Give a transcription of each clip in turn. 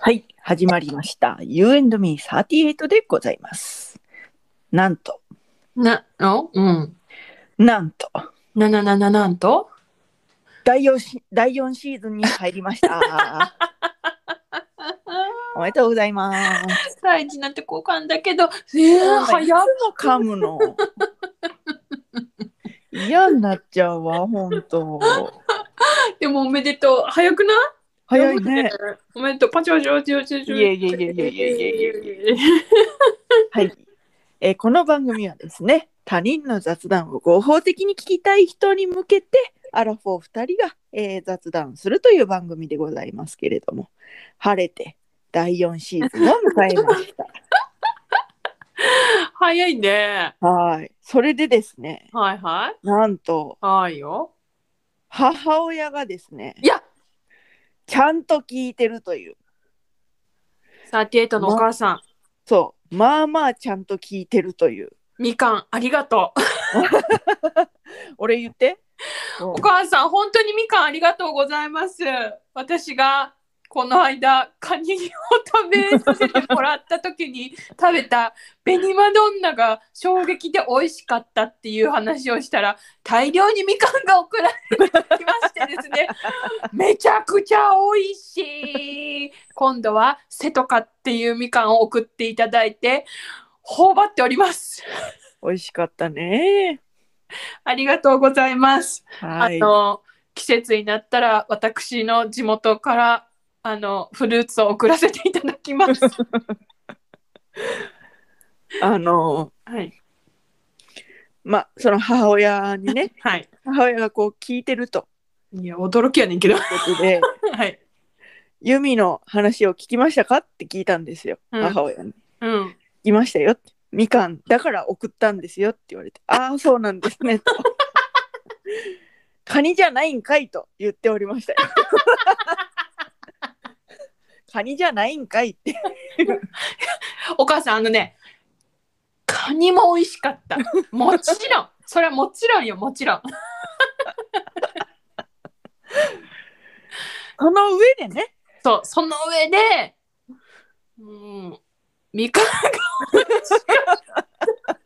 はい、始まりました。You and me38 でございます。なんと、な、おうん。なんと、なななななんと第4シ第4シーズンに入りま した。おめでとうございます。大事なとこかんだけど、えー、いつ早っも噛むの。嫌になっちゃうわ、ほんと。でもおめでとう。早くない早いね。。おめでとう。パチパチパチパチパチ。いえいえいえいえいえいえいえ。はい。えーこの番組はですね、他人の雑談を合法的に聞きたい人に向けて、アラフォー2人が、えー雑談するという番組でございますけれども、晴れて第4シーズンを迎えました。早いね。 はい。それでですね、はいはい。なんとはいよ。母親がですね、いやちゃんと聞いてるという、 38のお母さん、そう、まあまあちゃんと聞いてるという。みかんありがとう。俺言って。お母さん、本当にみかんありがとうございます。私がこの間、カニを食べさせてもらった時に食べた紅マドンナが衝撃で美味しかったっていう話をしたら、大量にみかんが送られてきましてですね、めちゃくちゃ美味しい。今度はセトカっていうみかんを送っていただいて、頬張っております。美味しかったね。ありがとうございます。あはい。の季節になったら私の地元からあのフルーツを送らせていただきます。あの はい、まあその母親にねはい、母親がこう聞いてる といや驚きやねんけど。 いうことではい、ユミの話を聞きましたかって聞いたんですよ、うん母親に聞うん、きましたよってみかんだから送ったんですよって言われてああそうなんですねとカニじゃないんかいと言っておりました よカニじゃないんかいってお母さんあのねカニも美味しか った。もちろんそれはもちろんよもちろん。その上でねそうその上で、うん、みかんが美味しか った。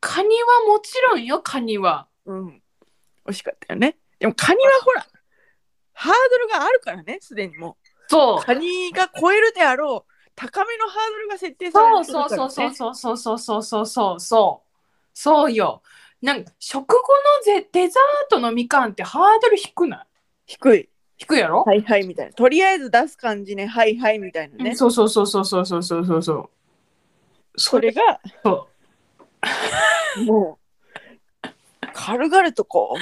カニはもちろんよカニは。うん美味しかったよねでもカニはほらハードルがあるからねすでにもうそう。カニが超えるであろう高めのハードルが設定されそうてるかそうら、ね、そうそうそうそうそうそうそうそうそうよなんか食後のゼデザートのみかんってハードル低ない低い低いやろ、はいはいみたいなとりあえず出す感じねはいはいみたいなね、ね、そうそうそうそうそうそうそうそうそうそれがそもう軽々とこ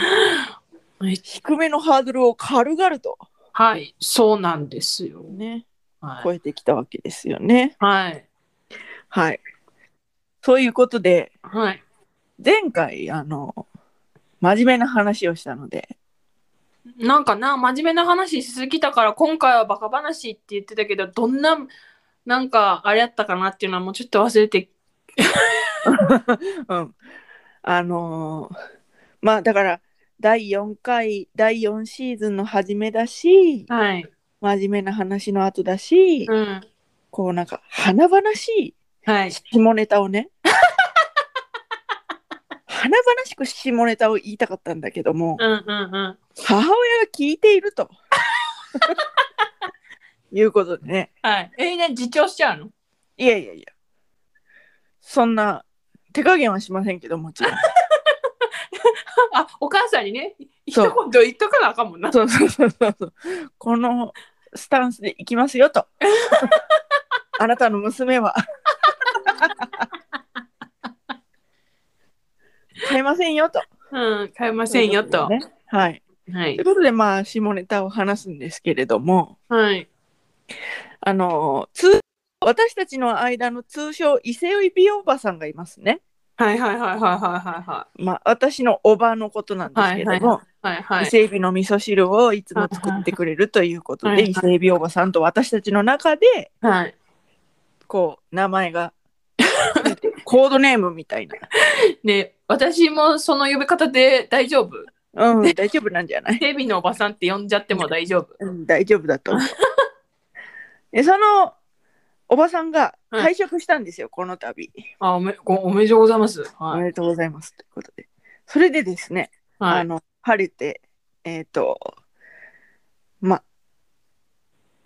ううえ低めのハードルを軽々とはいそうなんですよねは超い、えてきたわけですよねはいはいそういうことではい、前回あの真面目な話をしたのでなんかな真面目な話しすぎたから今回はバカ話って言ってたけどどんななんかあれやったかなっていうのはもうちょっと忘れてうん、あのーまあだから第4回第4シーズンの初めだしはい真面目な話の後だし、うんこうなんか華々しはいい下ネタをね華々しく下ネタを言いたかったんだけどもうんうんうん母親が聞いているということでねはいえね自重しちゃうのいやいやいやそんな手加減はしませんけどもちろんあ、お母さんにね、一そう言言っとかなあかんもん な。そうそうそうそうそうこのスタンスでいきます よとあなたの娘は買えませんよとうん、買えませんよと。ねはい。はといいう。ことで、まあ、下ネタを話すんですけれども、はい。あの、通私たちの間の通称、伊勢海老おばさんがいますね。はいはいはいはいはまあ、私のおばのことなんですけども、いはいはい。はいは伊い。勢海老の味噌汁をいつも作ってくれるということで、はいはい伊勢海老おばさんと私たちの中で、はい。こう、名前が、 コードネームみたいな。ね、私もその呼び方で大丈夫。うん、大丈夫なんじゃない テレビのおばさんって呼んじゃっても大丈夫。うん、大丈夫だと思う。でそのおばさんがうん退職したんですよ、この度あおめごおめでとうございます。おはい。めでとうございますということでそれでですね、はあい、の晴れてえっ、とま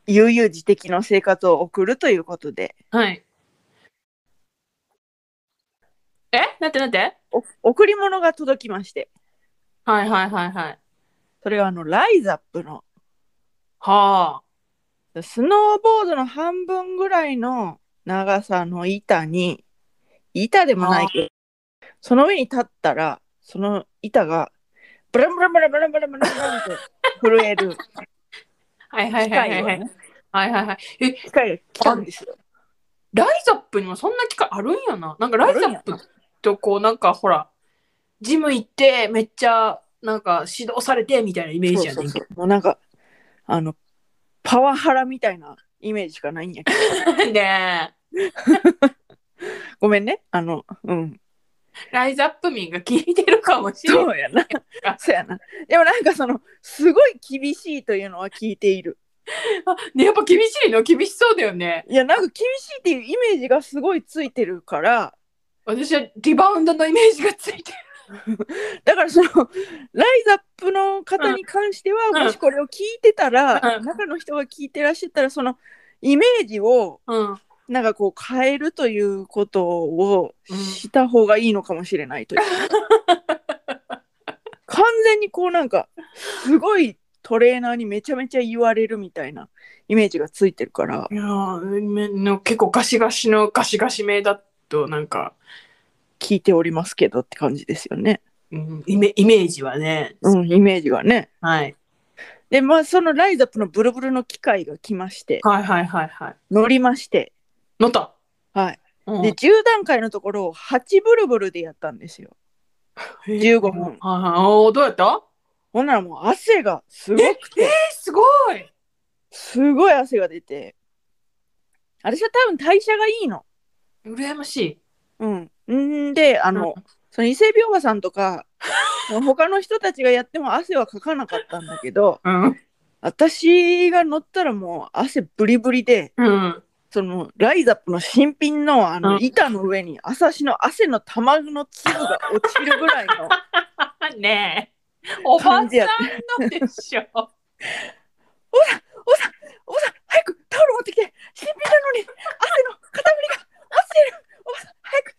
悠々自適の生活を送るということではい。えなんてなんてお贈り物が届きましてはいはいはいはい。それはあのライザップのはあ。スノーボードの半分ぐらいの長さの板に板でもないけどその上に立ったらその板がブランブランブランブランブランブランブランって震えるはい はい機はい械はいをはい。ねはいはいはい。え、機械が来たんですよ。ライザップにもそんな機会あるんやな。なんかライザップとこうなんかほら、ジム行ってめっちゃなんか指導されてみたいなイメージやそねうんそけうそうもうなんかあのパワハラみたいなイメージしかないんやけどど。 ねごめんねあのうんえライザップ民が聞いてるかもしれない。そうやなそうやなでもなんかそのすごい厳しいというのは聞いているあねやっぱ厳しいの厳しそうだよね。いやなんか厳しいっていうイメージがすごいついてるから私はリバウンドのイメージがついてる。だからそのライザップの方に関しては、うんもしこれを聞いてたら、うん中の人が聞いてらっしゃったらそのイメージをうん。なんかこう変えるということをした方がいいのかもしれないという、 完全にこうなんかすごいトレーナーにめちゃめちゃ言われるみたいなイメージがついてるからいやーめの結構ガシガシのガシガシ名だとなんか、聞いておりますけどって感じですよね、うん、イメイメージはね。うん、イメージがねはい。でまあそのライザップのブルブルの機械が来ましてはいはいはいはい。乗りまして乗った。はいうんで10段階のところを8ブルブルでやったんですよ15分はいはい、おーどうやったほんならもう汗がすごくてえすごいすごい汗が出て私は多分代謝がいいの羨ましい。うんんであの、その伊勢病婆さんとか 他の人たちがやっても汗はかかなかったんだけどうん。私が乗ったらもう汗ブリブリでうん。そのライザップの新品のあうのん板の上に朝足の汗の玉の粒が落ちるぐらい のねえ。おばさん感じやっのでしょ。おばさん、早くタオル持ってきて。新品なのに、汗の塊が落ちてる。おばさん、早く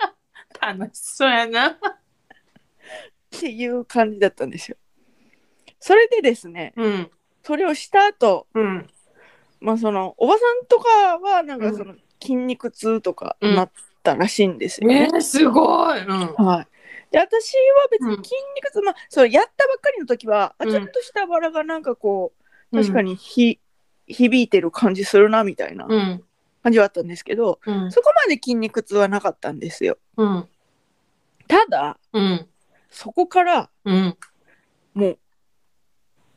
タオル楽しそうやな。っていう感じだったんですよ。それでですね、うん。それをした後、うん。まあその、おばさんとかは、なんうかんその、筋肉痛とかうんなったらしいんですよえね。ー、すごい。うん。はい。で、私は別にうん筋肉痛、まあ、そのやったばっかりの時は、あうんちょっとしたバラがなんかこう、確かにひ、響いてる感じするな、みたいなうん。感じはあったんですけど、うん。そこまで筋肉痛はなかったんですよ。うん。ただうん。そこからうん。もう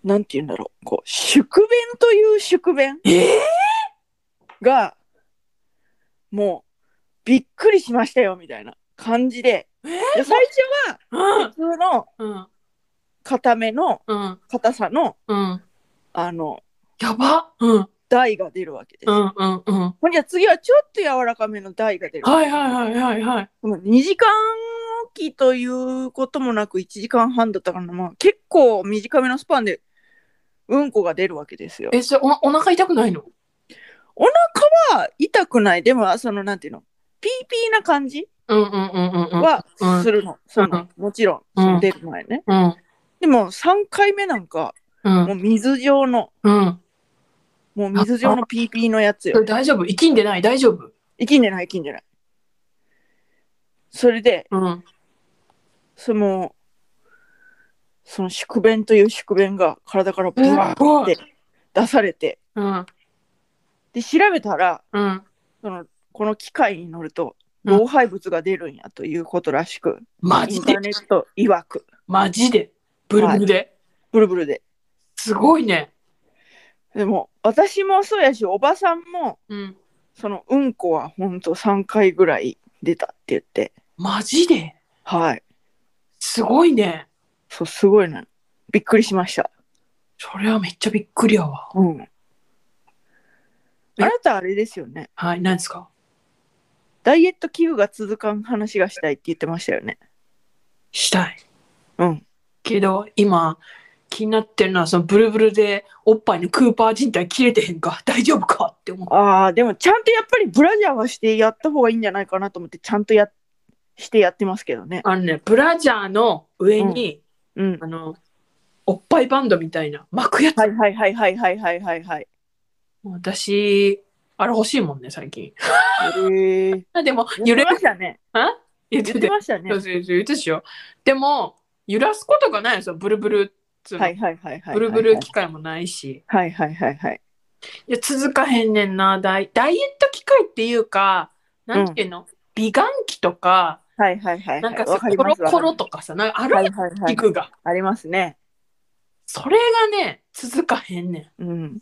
なんて言うんだろうこう宿便という宿便えー、がもうびっくりしましたよみたいな感じでで最初うはん。普通のうん。固めのうん。硬さのうん。あのやば。うん。台が出るわけです。うん。うん。うん。ほんじゃ次はちょっと柔らかめの台が出る。はいはいはいはいはい。もう2時間おきということもなく1時間半だったから、まあ、結構短めのスパンでうんこが出るわけですよ。え、それおお腹痛くないのお腹は痛くない。でも、その、なんていうの、ピーピーな感じうんうんうんうんうん。はうんするの。そのもちろん、その出る前ね。うん。でも、3回目なんか、う。もうん水状の、うん。もう水状のピーピーのやつそよれ。大丈夫生きんでない大丈夫生きんでない、生きんでない。それで、うん。その、その宿便という宿便が体からブワーって出されて、うん。で、調べたら、うん。その、この機械に乗ると、老廃物が出るんやということらしく、マイジンタでーネット曰く。マジでブルブルで、ブルブルで。すごいね。でも私もそうやしおばさんもうん。そのうんこはほんと3回ぐらい出たって言ってマジではいすごいね。そうすごいなびっくりしましたそれはめっちゃびっくりやわ。うんあなたあれですよね。はい、なんですかダイエット器具が続かん話がしたいって言ってましたよね。したい。うん。けど、今、気になってるのは、そのブルブルでおっぱいのクーパー人体切れてへんか、大丈夫かって思う。ああ、でもちゃんとやっぱりブラジャーはしてやった方がいいんじゃないかなと思って、ちゃんとやしてやってますけどね。あのね、ブラジャーの上に、うん。あの、おっぱいバンドみたいな巻くやつ。はいはいはいはいはいはいはいはい。私、あれ欲しいもんね、最近。へえ。あでも、揺揺れれ、ましたね。言って揺てれましたねそう。そうそう言ってたでしょ。でも、揺らすことがないんですよ、ブルブルっつうのはいはいはいはい。ブルブル機械もないし。はいはいはいはい。いや、続かへんねんな。ダイダイエット機械っていうか、なんていうの、美顔器とか、はいはいはい。なんかさわりコロますコロとかさ、なんかあるはやいんはいは器い。具が。ありますね。それがね、続かへんねん。うん。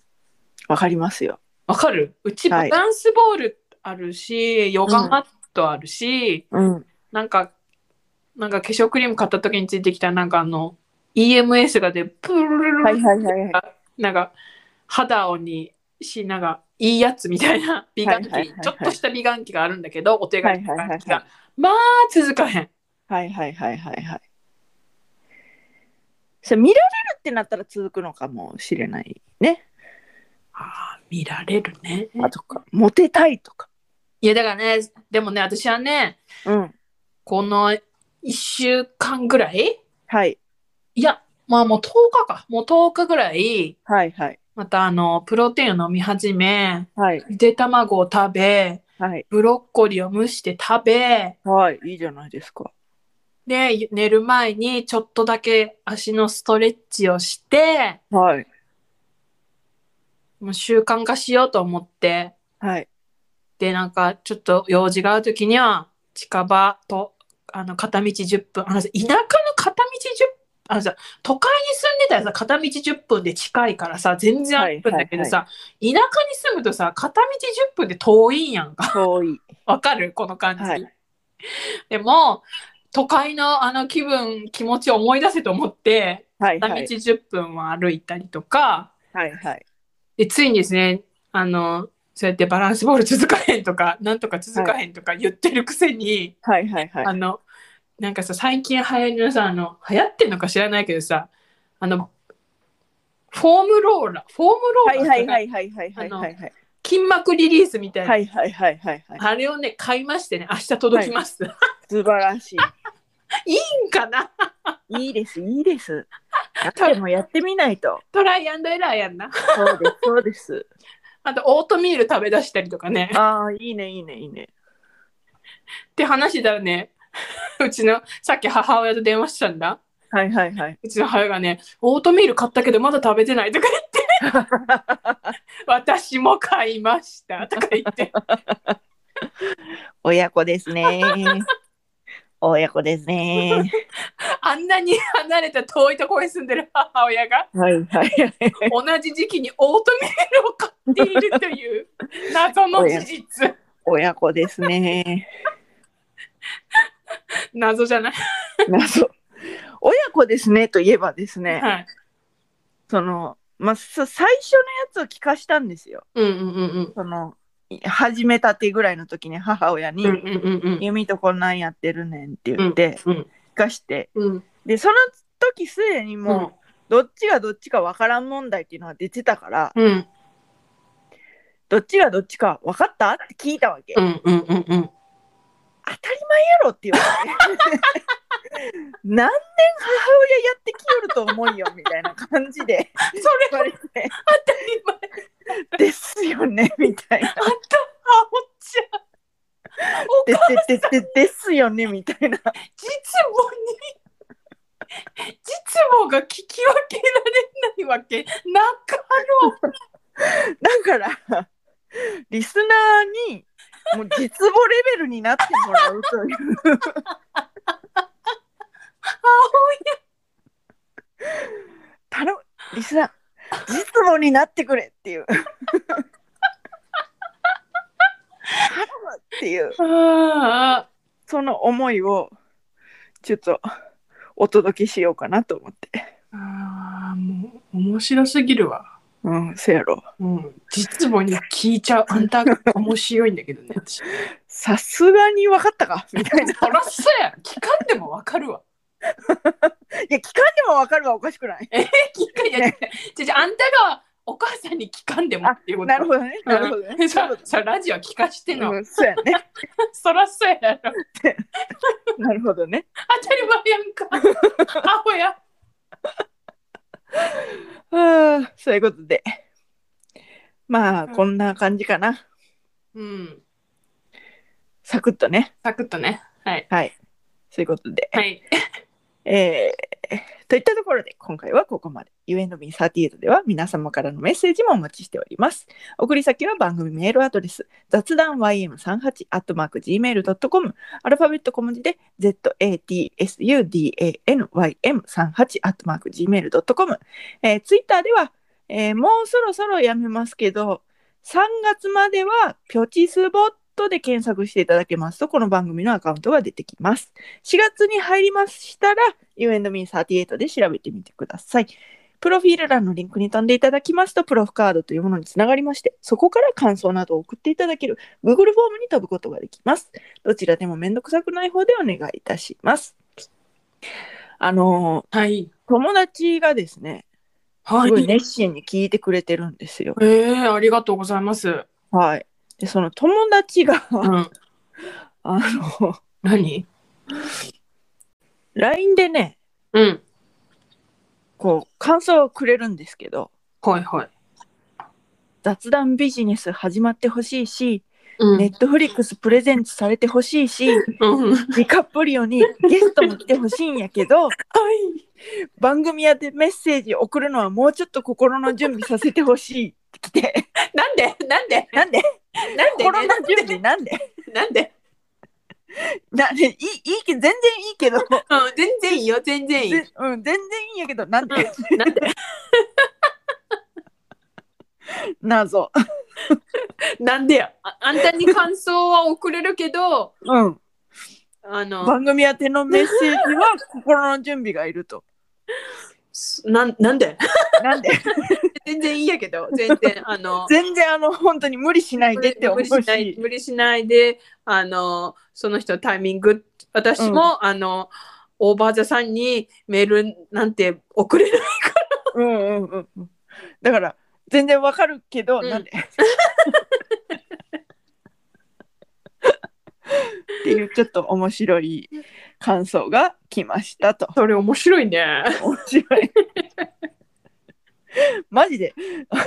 わかりますよ。わかるうちはバいランスボールあるし、ヨガマットあるし、うん。なんか、なんか化粧クリーム買った時についてきた、なんかあの、EMS がで、プルルルルルはいはいはいはい。なんか肌をにしなんかいいやつみたいな美顔は器、いはいはいはいちょっとした美顔器があるんだけどお手軽美はいはいは顔い器はいがまあ続かへんはいはいはいはいはい。それ見られるってなったら続くのかもしれないね。あー見られるねあとか、モテたいとか。いやだからねでもね私はねうん。この1週間ぐらいはいいやまあもう10日かもう10日ぐらいはいはいまたあのプロテインを飲み始めはいゆで卵を食べはいブロッコリーを蒸して食べはい。いいじゃないですか。で、寝る前にちょっとだけ足のストレッチをして、はいもう習慣化しようと思って、はいで、なんかちょっと用事がある時には、近場と、あの、片道10分、あのさ、田舎の片道10あのさ、都会に住んでたらさ、片道10分で近いからさ、全然あるんだけどさ、田舎に住むとさ、片道10分で遠いんやんか。 遠い。わかるこの感じ。はいでも、都会のあの気分、気持ちを思い出せと思って、はい片はい道10分は歩いたりとか、はいはいでついにですねあのそうやってバランスボール続かへんとか なんとか続かへんとか言ってるくせに、はいはいはあい。のなんかさ最近流行りのさあの流行ってんのか知らないけどさあのフォームローラーフォームはローラいーとかはいはいはいはいはいはいはい。筋膜リリースみたいな、はいはいはいはいはい。あれをね買いましてね明日届きます、素晴らしい。いいんかないいですいいです。でもやってみないと。トライアンドエラーやんなそうですそうです。あとオートミール食べ出したりとかねああいいねいいねいいね。って話してたらねうちのさっき母親と電話してたんだはいはいはい。うちの母親がね、オートミール買ったけどまだ食べてないとか言って、私も買いましたとか言って、親子です ね。親子ですね。あんなに離れた遠いところに住んでる母親が、はいはい。同じ時期にオートミールを買っているという謎の事実。親子ですね。謎じゃない。謎。親子ですねといえばですね、はい。その、まあ、さ最初のやつを聞かしたんですよ。うんうんうんその、い始めたてぐらいの時に母親に、うん。うんうんうん弓とこんなんやってるねんって言って、うん。聞かして、うん。で、その時すでにもう、どっちがどっちかわからん問題っていうのが出てたから、うん。うんどっちがどっちか分かったって聞いたわけ。うんうんうんうん。当たり前やろって言われて何年母親やってきよると思うよみたいな感じでそれ言われて当たり前。ですよねみたいなあんた、あおっちゃん。お母ででででですよねみたいな実母に実母が聞き分けられないわけなかろうだからリスナーにもう実母レベルになってもらうという頼むリスナー実母になってくれっていう頼むっていうあその思いをちょっとお届けしようかなと思って。あもう面白すぎるわうん、せやろ。うん、実母に聞いちゃうあんたが面白いんだけどね私さすがに分かったかみたいな。いそらそうや聞かんでもわかるわや、聞かんでも分かるはおかしくない。聞かんいやいやじゃじゃあんたがお母さんに聞かんでもっていうことなるほどね。なるほ どね。えそそラジオ聞かしてんの、うん、そうや ね。そらそうやろなるほどね。当たり前やんかアホやはあ、そういうことで。まあ、うんこんな感じかな。うんサクッとね。サクッとねはいはい。そういうことで。はいえーといったところで今回はここまで UNB38 では皆様からのメッセージもお待ちしております送り先は番組メールアドレス雑談 ym38-gmail.com アルファベット小文字で zatsudanym38-gmail.com、えー、ツイッターでは、えーもうそろそろやめますけど3月まではピョチスボットで検索していただけますとこの番組のアカウントが出てきます4月に入りましたら You and me38 で調べてみてください。プロフィール欄のリンクに飛んでいただきますと、プロフカードというものにつながりまして、そこから感想などを送っていただける Google フォームに飛ぶことができます。どちらでもめんどくさくない方でお願いいたします。あのはー、い友達がですね、はすいごい熱心に聞いてくれてるんですよ。えー、ありがとうございます。はい。で、その友達が、うん、あの、何 LINE でね、うん、こう、感想をくれるんですけど、はいはい。雑談ビジネス始まってほしいし、うネットフリックスプレゼンツされてほしい し、うん、はい。ディカプリオにゲストも来てほしいんやけど、番組宛てメッセージ送るのはもうちょっと心の準備させてほしいって来て、なんでなんでなん でなんで心の準備なんでなんでなんでいいいいけ全然いいけど、うん、全然いいよ、全然いい。ぜうん、全然いいんやけど、なんで、なんで 謎。なんでやああんたに感想は送れるけど、うん、あの、番組宛てのメッセージは心の準備がいると。すなんなんでなんで全然いいやけど、全 然、あの、全然あの本当に無理しないでって思う無理しないし。無理しないで、あの、その人のタイミング、私も、あの、オーバーザさんにメールなんて送 れない。うんうんうんうん。だから全然わかるけど、うんなんで っていうちょっと面白い感想が来ましたと。それ面白いね。面白い。 マジで。 あ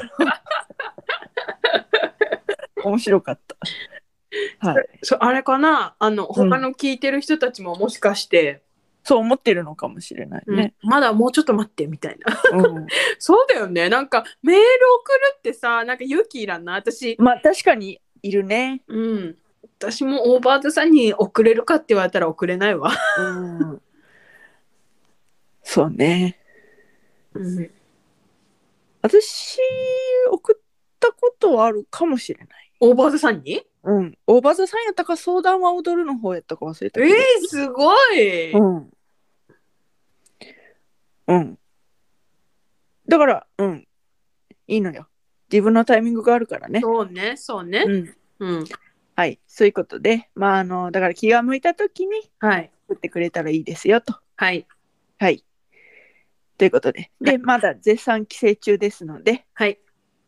の面白かった。はい。そあれかなあのうん他の聞いてる人たちももしかして、そう思ってるのかもしれないね。うんまだもうちょっと待ってみたいなうん、そうだよねなんかメール送るってさなんか勇気いらんな私まあ確かにいるね。うん私もオーバーズさんに送れるかって言われたら送れないわ、うんそうね。うん、私、送ったことはあるかもしれない。オーバーズさんにうん。大場座さんやったか相談は踊るの方やったか忘れたえけど。ー、すごい、うん。うん。だから、うん。いいのよ。自分のタイミングがあるからね。そうねそうねうん。うんはい。そういうことで、まあ、あの、だから気が向いた時にはい送ってくれたらいいですよと。はいはい。ということで。で、まだ絶賛帰省中ですので、はい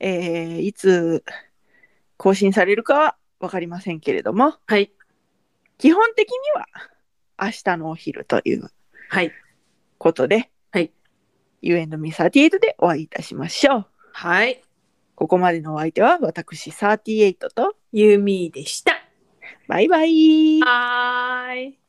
えーいつ更新されるかは分かりませんけれども、はい基本的には明日のお昼というはいことで、はい、 You and me38 でお会いいたしましょう。はいここまでのお相手は私38と、ユーミーでしたバイバイ。はーい